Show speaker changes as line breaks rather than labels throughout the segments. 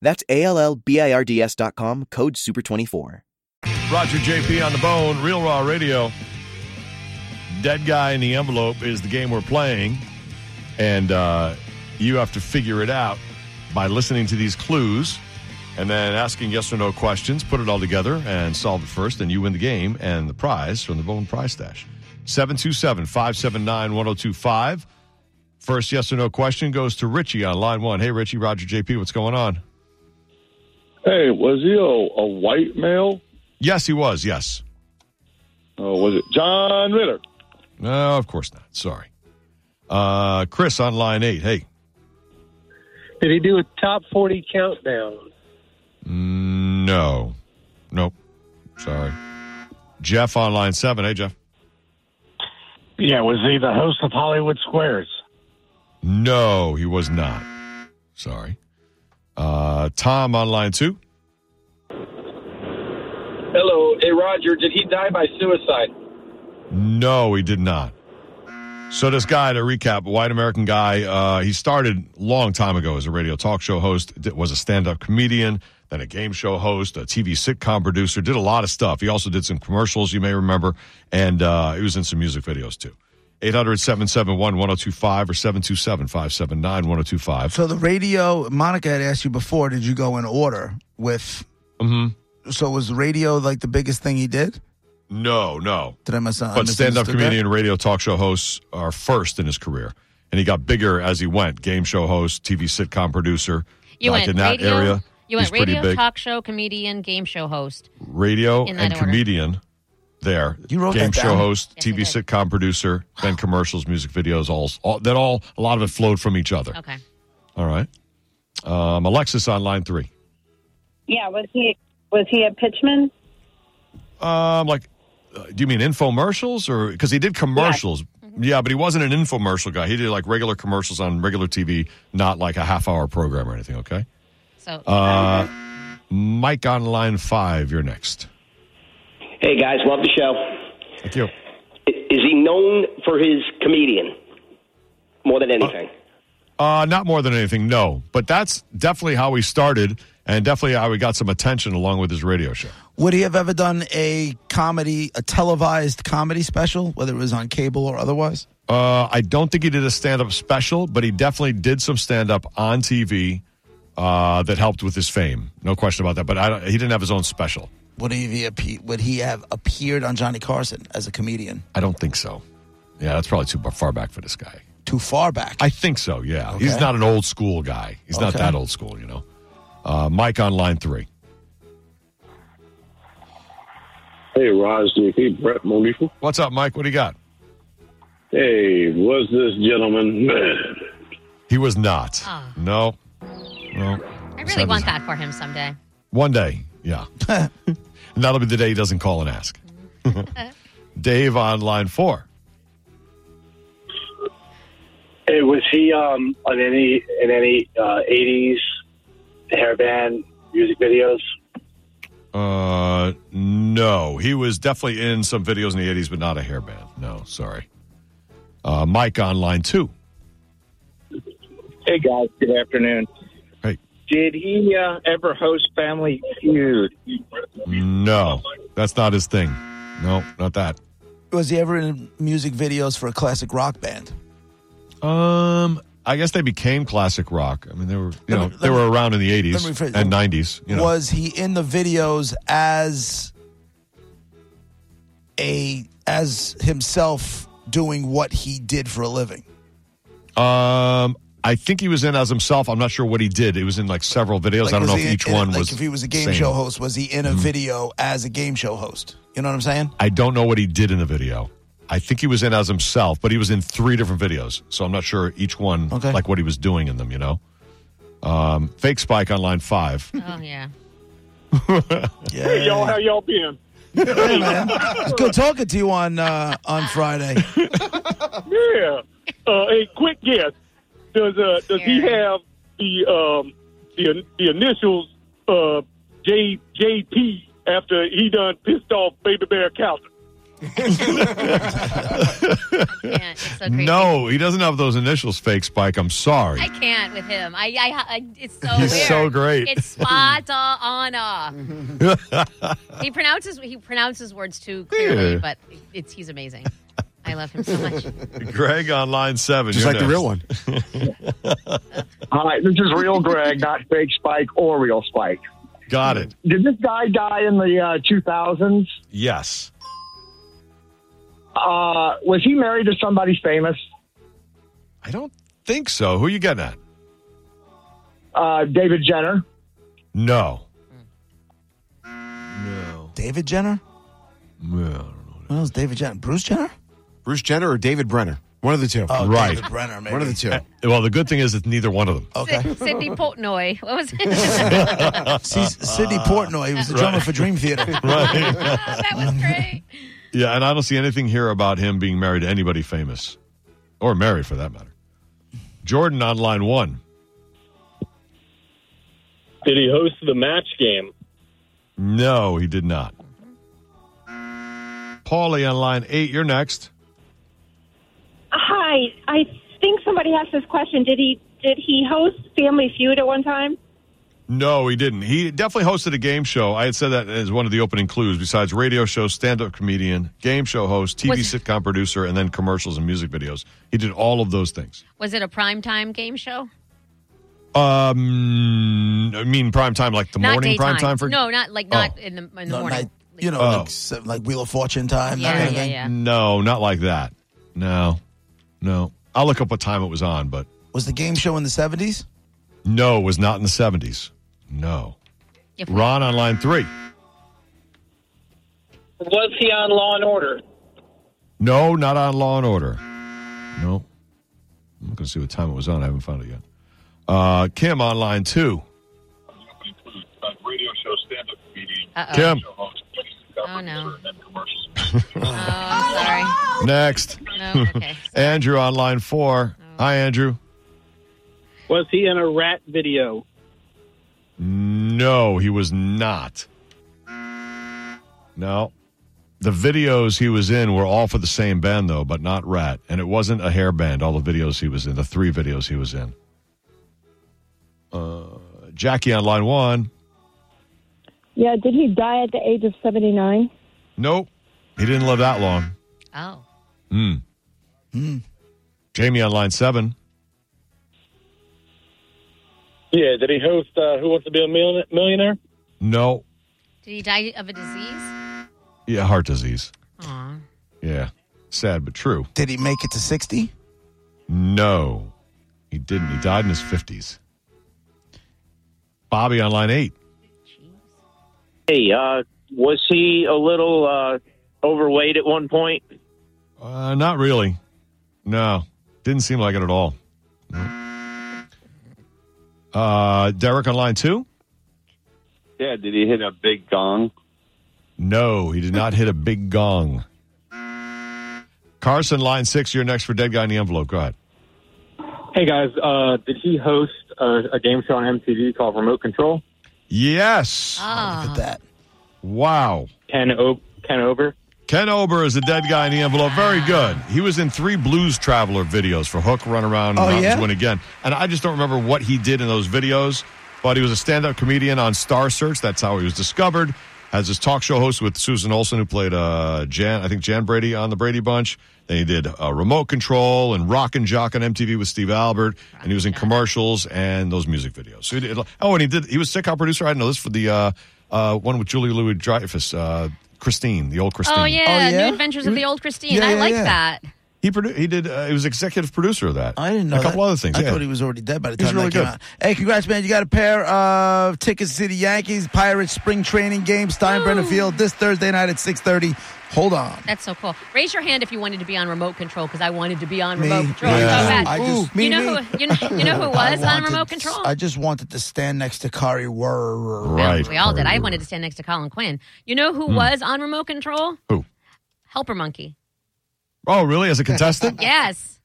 That's A L L B I R D S dot com, code SUPER24.
Roger JP on the bone, Real Raw Radio. Dead guy in the envelope is the game we're playing, and uh, you have to figure it out by listening to these clues and then asking yes or no questions. Put it all together and solve it first, and you win the game and the prize from the Bone Prize Stash. 727 579 1025. First yes or no question goes to Richie on line one. Hey, Richie, Roger JP, what's going on?
Hey, was he a, a white male?
Yes, he was. Yes.
Or was it John Ritter?
No, of course not. Sorry. Uh, Chris on line eight. Hey.
Did he do a top 40 countdown?
Mm, No. Nope. Sorry. Jeff on line seven. Hey, Jeff.
Yeah, was he the host of Hollywood Squares?
No, he was not. Sorry. Uh, Tom on line two.
Hello, hey Roger. Did he die by suicide?
No, he did not. So this guy, to recap, a white American guy. Uh, he started long time ago as a radio talk show host. d- Was a stand-up comedian, then a game show host, a TV sitcom producer. Did a lot of stuff. He also did some commercials, you may remember, and uh, he was in some music videos too. 800-771-1025 or 727-579-1025.
So the radio, Monica had asked you before, did you go in order with?
Mhm.
So was radio like the biggest thing he did?
No, no.
Did I miss? I
But stand up
misunderstood
comedian and radio talk show hosts are first in his career. And he got bigger as he went. Game show host, TV sitcom producer.
You
back
went
in that
radio,
area.
You went
he's pretty
radio,
big.
talk show, comedian, game show host.
radio
in that
and
order.
comedian there.
You wrote
Game
that
show
down?
host,
Yes, I
TV
did.
sitcom producer, then commercials, music videos, all, all that all a lot of it flowed from each other.
Okay.
All right. Um, Alexis on line three.
Yeah, was he was he a pitchman?
Um, like, uh, do you mean infomercials or because he did commercials? Yeah. but he wasn't an infomercial guy. He did like regular commercials on regular TV, not like a half hour program or anything. Okay.
So
Uh, Mike on line five. You're next.
Hey guys, love the show.
Thank you.
I- Is he known for his comedian more than anything?
Uh, not more than anything, no. But that's definitely how he started, and definitely how he got some attention along with his radio show.
Would he have ever done a comedy, a televised comedy special, whether it was on cable or otherwise?
Uh, I don't think he did a stand up special, but he definitely did some stand up on TV uh, that helped with his fame. No question about that. But I don't, he didn't have his own special.
Would he have, appe- would he have appeared on Johnny Carson as a comedian?
I don't think so. Yeah, that's probably too bu- far back for this guy.
Too far back.
I think so, yeah. He's
Okay.
not an old school guy. He's not
Okay.
that old school, you know. Uh, Mike on line three.
Hey, Raj, hey, Brett Monifa.
What's up, Mike? What do you got?
Hey, was this gentleman mad?
He was not.
Ah.
No. No.
I
Sad
really want
as-
that for him someday.
One day, yeah. and that'll be the day he doesn't call and ask. Dave on line four.
Hey, was he um, on any in any uh, '80s hair band music videos?
Uh, no, he was definitely in some videos in the eighties, but not a hairband. No, sorry. Uh, Mike on line two.
Hey guys, good afternoon.
Hey.
Did he uh, ever host Family Feud?
No, that's not his thing. No, not that.
was he ever in music videos for a classic rock band?
Um, I guess they became classic rock. I mean, they were you
Let
know
me-
they
let
were around in the eighties
let me rephrase.
and nineties. You know,
Was he in the videos as a as himself doing what he did for a living?
um, I think he was in as himself. I'm not sure what he did. It was in like several videos. I don't
was
know
he
if
in-
each
in-
one
like
was.
if he was a game
same. Mm-hmm.
show host, was he in a video as a game show host? You know what I'm saying?
I don't know what he did in the video. I think he was in as himself, but he was in three different videos, so I'm not sure each one
Okay.
like what he was doing in them. You know, um, fake spike on line five.
Oh yeah.
Yeah.
Y'all, how y'all been?
Hey, man. It's good talking to you on uh, on Friday.
Yeah. Uh, hey, quick guess. Does uh, does he have the um, the the initials uh, J J P after he done pissed off Baby Bear Calvin?
Can't. It's so creepy.
No, he doesn't have those initials, fake Spike. I'm sorry.
I can't with him. I, I, I it's so
He's
weird.
so great.
It's spot on. on. he pronounces he pronounces words too clearly,
Yeah.
but it's he's amazing. I love him so much.
Greg on line seven.
Just
you're
like the
next.
real one.
Hi, this is real Greg, not fake Spike or real Spike.
Got it.
Did this guy die in the uh, 2000s?
Yes.
Uh, was he married to somebody famous?
I don't think so. Who you getting at?
Uh, David Jenner?
No. No.
David Jenner?
No. I
Oh,
don't know.
What else? David Jenner? Bruce Jenner?
Bruce Jenner or David Brenner? One of the two.
Oh,
Right.
David Brenner, maybe.
one of the two.
Well, the good thing is it's neither one of them.
Oh.
Okay.
Sydney Portnoy. What was it?
See, Sidney Portnoy. He was the drummer for Dream Theater.
Right.
Oh, that was great.
yeah, and I don't see anything here about him being married to anybody famous or married for that matter. Jordan on line one.
Did he host the match game?
No, he did not. Paulie on line eight. You're next.
Hi, I think somebody asked this question. Did he did he host Family Feud at one time?
No, he didn't. He definitely hosted a game show. I had said that as one of the opening clues. Besides radio show, stand-up comedian, game show host, TV
Was-
sitcom producer, and then commercials and music videos. He did all of those things.
Was it a primetime game show?
Um, I mean, prime time like the
not
morning
daytime.
prime time for
no, not like not in the in the
No,
morning.
like, you know,
Oh.
like, se- like Wheel of Fortune time. that
yeah,
kind of
yeah,
thing.
yeah.
no, not like that. No, no. I'll look up what time it was on, but
Was the game show in the 70s?
no, it was not in the seventies. No.
If we-
Ron on line three.
Was he on Law and Order?
No, not on Law and Order. No. I'm going to see what time it was on. I haven't found it yet. Uh, Kim on line two.
Radio show stand up comedian.
Uh-oh.
Kim,
Oh, no. Oh, I'm
next.
sorry. No, okay.
Andrew on line four. Hi, Andrew.
Was he in a rat video?
No, he was not. No. The videos he was in were all for the same band, though, but not Rat. And it wasn't a hair band, all the videos he was in, the three videos he was in. Uh, Jackie on line one.
Yeah, did he die at the age of seventy nine?
Nope. He didn't live that long.
Oh.
Hmm. Jamie on line seven.
Yeah, did he host uh, Who Wants to Be a Million- Millionaire?
No.
Did he die of a disease?
Yeah, heart disease.
Aw.
Yeah. Sad but true.
Did he make it to 60?
No. He didn't. He died in his 50s. Bobby on line eight.
Hey, uh, was he a little uh, overweight at one point?
Uh, not really. No. Didn't seem like it at all. No. Uh, Derek on line two.
Yeah, did he hit a big gong?
No, he did not hit a big gong. Carson, line six. You're next for Dead Guy in the Envelope. Go ahead.
Hey guys, uh, did he host a, a game show on MTV called Remote Control?
Yes.
Oh.
Look at that.
Wow.
Ken, o- Ken Over?
Ken Ober is the dead guy in the envelope. Very good. He was in three Blues Traveler videos for Hook, Run Around, and
Oh,
Mountains
yeah?
Win Again. And I just don't remember what he did in those videos, but he was a stand up comedian on Star Search. That's how he was discovered. As his talk show host with Susan Olsen, who played uh, Jan, I think Jan Brady on the Brady Bunch. Then he did uh, Remote Control and Rock and Jock on MTV with Steve Albert, and he was in commercials and those music videos. So he did, oh, and he did. He was sitcom producer. I didn't know this for the uh, uh, one with Julie Louis Dreyfus, uh, Christine, the old Christine.
Oh yeah,
Oh, yeah?
New Adventures of the Old Christine.
Yeah,
I
yeah,
like
yeah.
that.
He produ- he did. Uh, he was executive producer of that.
I didn't know
a couple
that.
other things.
I
yeah.
thought he was already dead by the
He's
time
really
that came
good.
out. Hey, congrats, man! You got a pair of tickets to the Yankees Pirates spring training game, Steinbrenner Field, this Thursday night at six thirty. Hold on.
That's so cool. Raise your hand if you wanted to be on remote control because I wanted to be on
Me.
remote
Yeah.
control. So bad.
I just-
you
me,
know
me.
who you know, you know who
I
was on
wanted-
remote control?
I just wanted to stand next to Kari Werrer.
Right.
We all did. I wanted to stand next to Colin Quinn. You know who
Hmm.
was on remote control?
Who?
Helper Monkey.
Oh, really? As a contestant?
Yes.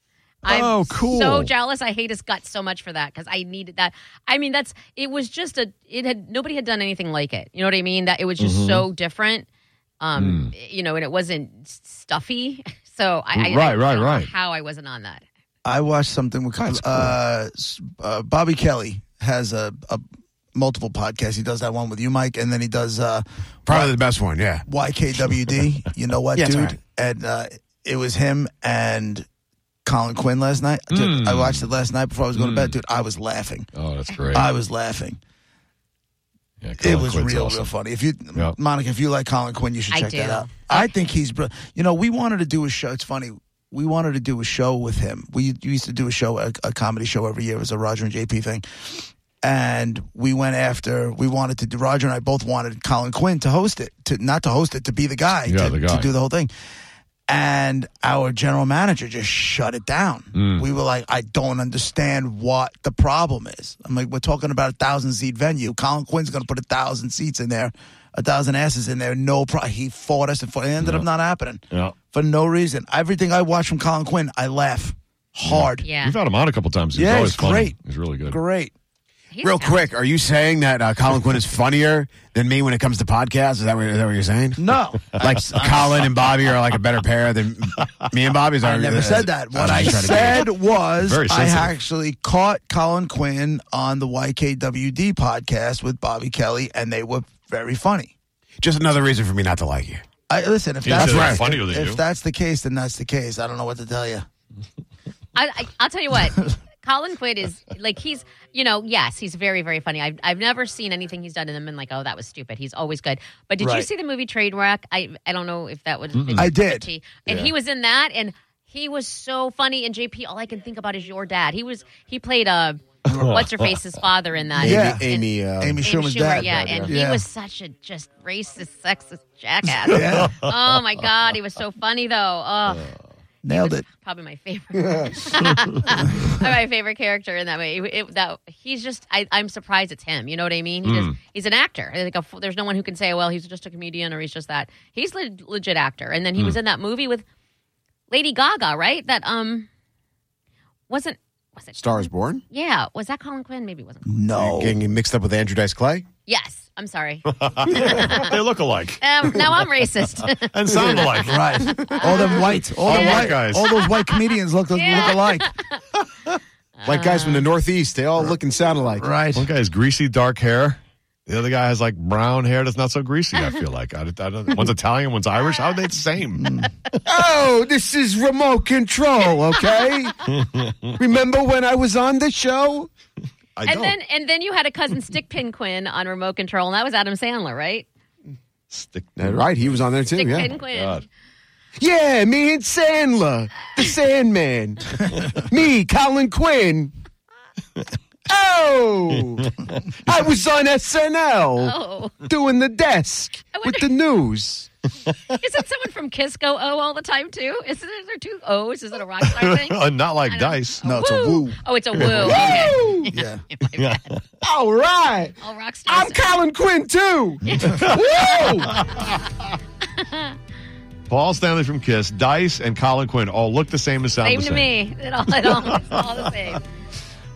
I'm
Oh, cool.
so jealous. I hate his guts so much for that because I needed that. I mean, that's it was just a it had nobody had done anything like it. You know what I mean? That it was just
Mhm.
so different. Um, you know, and it wasn't s- stuffy. So I,
Right,
I I
right,
don't know
right.
How I wasn't on that.
I watched something with uh, s- uh, Bobby Kelly has a, a multiple podcasts. He does that one with you, Mike, and then he does uh,
Probably the best one, yeah.
YKWd. you know what,
Yeah, it's
dude?
all right.
And uh, it was him and Colin Quinn last night. Dude, I watched it last night before I was going to bed. Dude, I was laughing.
Oh, that's great.
Uh,
I was laughing.
Yeah,
it
Colin
was
Quinn's
real,
awesome.
real funny. If you,
Yeah.
Monica, if you like Colin Quinn, you should
I
check that
do.
out. I think he's, br- you know, we wanted to do a show. It's funny. We wanted to do a show with him. We we used to do a show, a, a comedy show every year. It was a Roger and JP thing. And we went after, we wanted to do, Roger and I both wanted Colin Quinn to host it, to not to host it, to be the guy,
Yeah,
to,
the guy.
to do the whole thing. And our general manager just shut it down.
Mm.
We were like, I don't understand what the problem is. I'm like, we're talking about a thousand seat venue. Colin Quinn's going to put a thousand seats in there, a thousand asses in there. No problem. He fought us and fought. It ended up not happening
Yeah.
for no reason. Everything I watch from Colin Quinn, I laugh hard.
Yeah.
We've had him on a couple times. He's
Yeah,
always
he's
funny.
great.
He's really good.
Great.
He's
Real
talented.
quick, are you saying that uh, Colin Quinn is funnier than me when it comes to podcasts? Is that what, is that what you're saying?
No.
Like Colin and Bobby are like a better pair than me and Bobby. Is that
I
what-
never
uh,
said that. What
uh,
I
you're trying to get-
said was
Very
I
sensitive.
actually caught Colin Quinn on the YKWD podcast with Bobby Kelly, and they were very funny.
Just another reason for me not to like you.
I listen if
He
that's
said
they're
if-
funnier
if,
than you.
that's the case, then that's the case. I don't know what to tell you.
I, I I'll tell you what. Colin Quinn is like he's you know yes he's very very funny. I've I've never seen anything he's done and then been like oh that was stupid. He's always good. But did you
Right.
see the movie Trainwreck? I I don't know if that would
I did.
And he was in that and he was so funny. And JP, all I can think about is your dad. He was he played uh, what's her face's father in that.
Yeah.
Amy, uh,
Amy
Amy
Schumer's
Schumer,
dad.
yeah, and he was such a just racist, sexist jackass.
Yeah.
Oh my god, he was so funny though. Oh,
nailed it.
probably my favorite. my favorite character in that way. It- it- that he's just. I, I'm surprised it's him. You know what I mean? He
Hmm.
Mm.
just, he's an actor. Like a, there's no one who can say, well, he's just a comedian or he's just that. He's a legit actor. And then he was
Hmm.
in that movie with Lady Gaga, right? That um wasn't was it?
Star is Born?
Yeah, was that Colin Quinn? Maybe it wasn't.
No,
You're Getting mixed up with Andrew Dice Clay?
Yes, I'm sorry.
they look alike
um, now I'm racist.
and sound alike.
right? All them whites, all,
All
the
white
white
guys.
all those white comedians look
Yeah.
look alike.
Like guys from the Northeast, they all look and sound alike.
Right.
One guy has greasy dark hair. The other guy has like brown hair that's not so greasy. I feel like I, I don't, one's Italian, one's Irish. How are they the same?
Oh, this is remote control, okay? Remember when I was on the show?
I
and
don't.
then and then you had a cousin Stickpin Quinn on remote control, and that was Adam Sandler, right?
Stick-
Yeah, right, he was on there too,
Stickpin
yeah.
Quinn.
God.
Yeah, me and Sandler, the Sandman. me, Colin Quinn. Oh, I was on SNL
Oh.
doing the desk
I
with the news.
Isn't someone from Kiss go O all the time too? Isn't there- there two O's? Is it a rock star thing?
not like
don't-
Dice.
Uh, No, it's a woo.
Oh, it's a woo. Okay.
Woo!
Yeah.
Yeah.
All right.
All rock stars.
I'm Colin Quinn too. Woo!
Paul Stanley from Kiss, Dice, and Colin Quinn all look the same and sound
same
the
to
same.
me. It all, it all, it's all the same.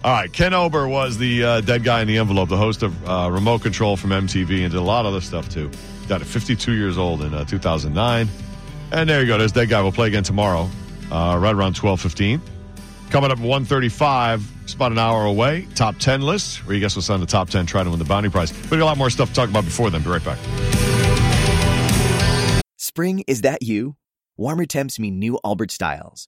All right, Ken Ober was the uh, dead guy in the envelope, the host of uh, Remote Control from MTV, and did a lot of other stuff too. Died at 52 years old in uh, 2009. And there you go. There's dead guy. We'll play again tomorrow, uh, right around 12:15. Coming up at 1:35, it's about an hour away. Top 10 list, where you guess what's on the top 10, try to win the bounty prize. We got a lot more stuff to talk about before then. Be right back.
Spring, is that you? Warmer temps mean new Allbirds styles.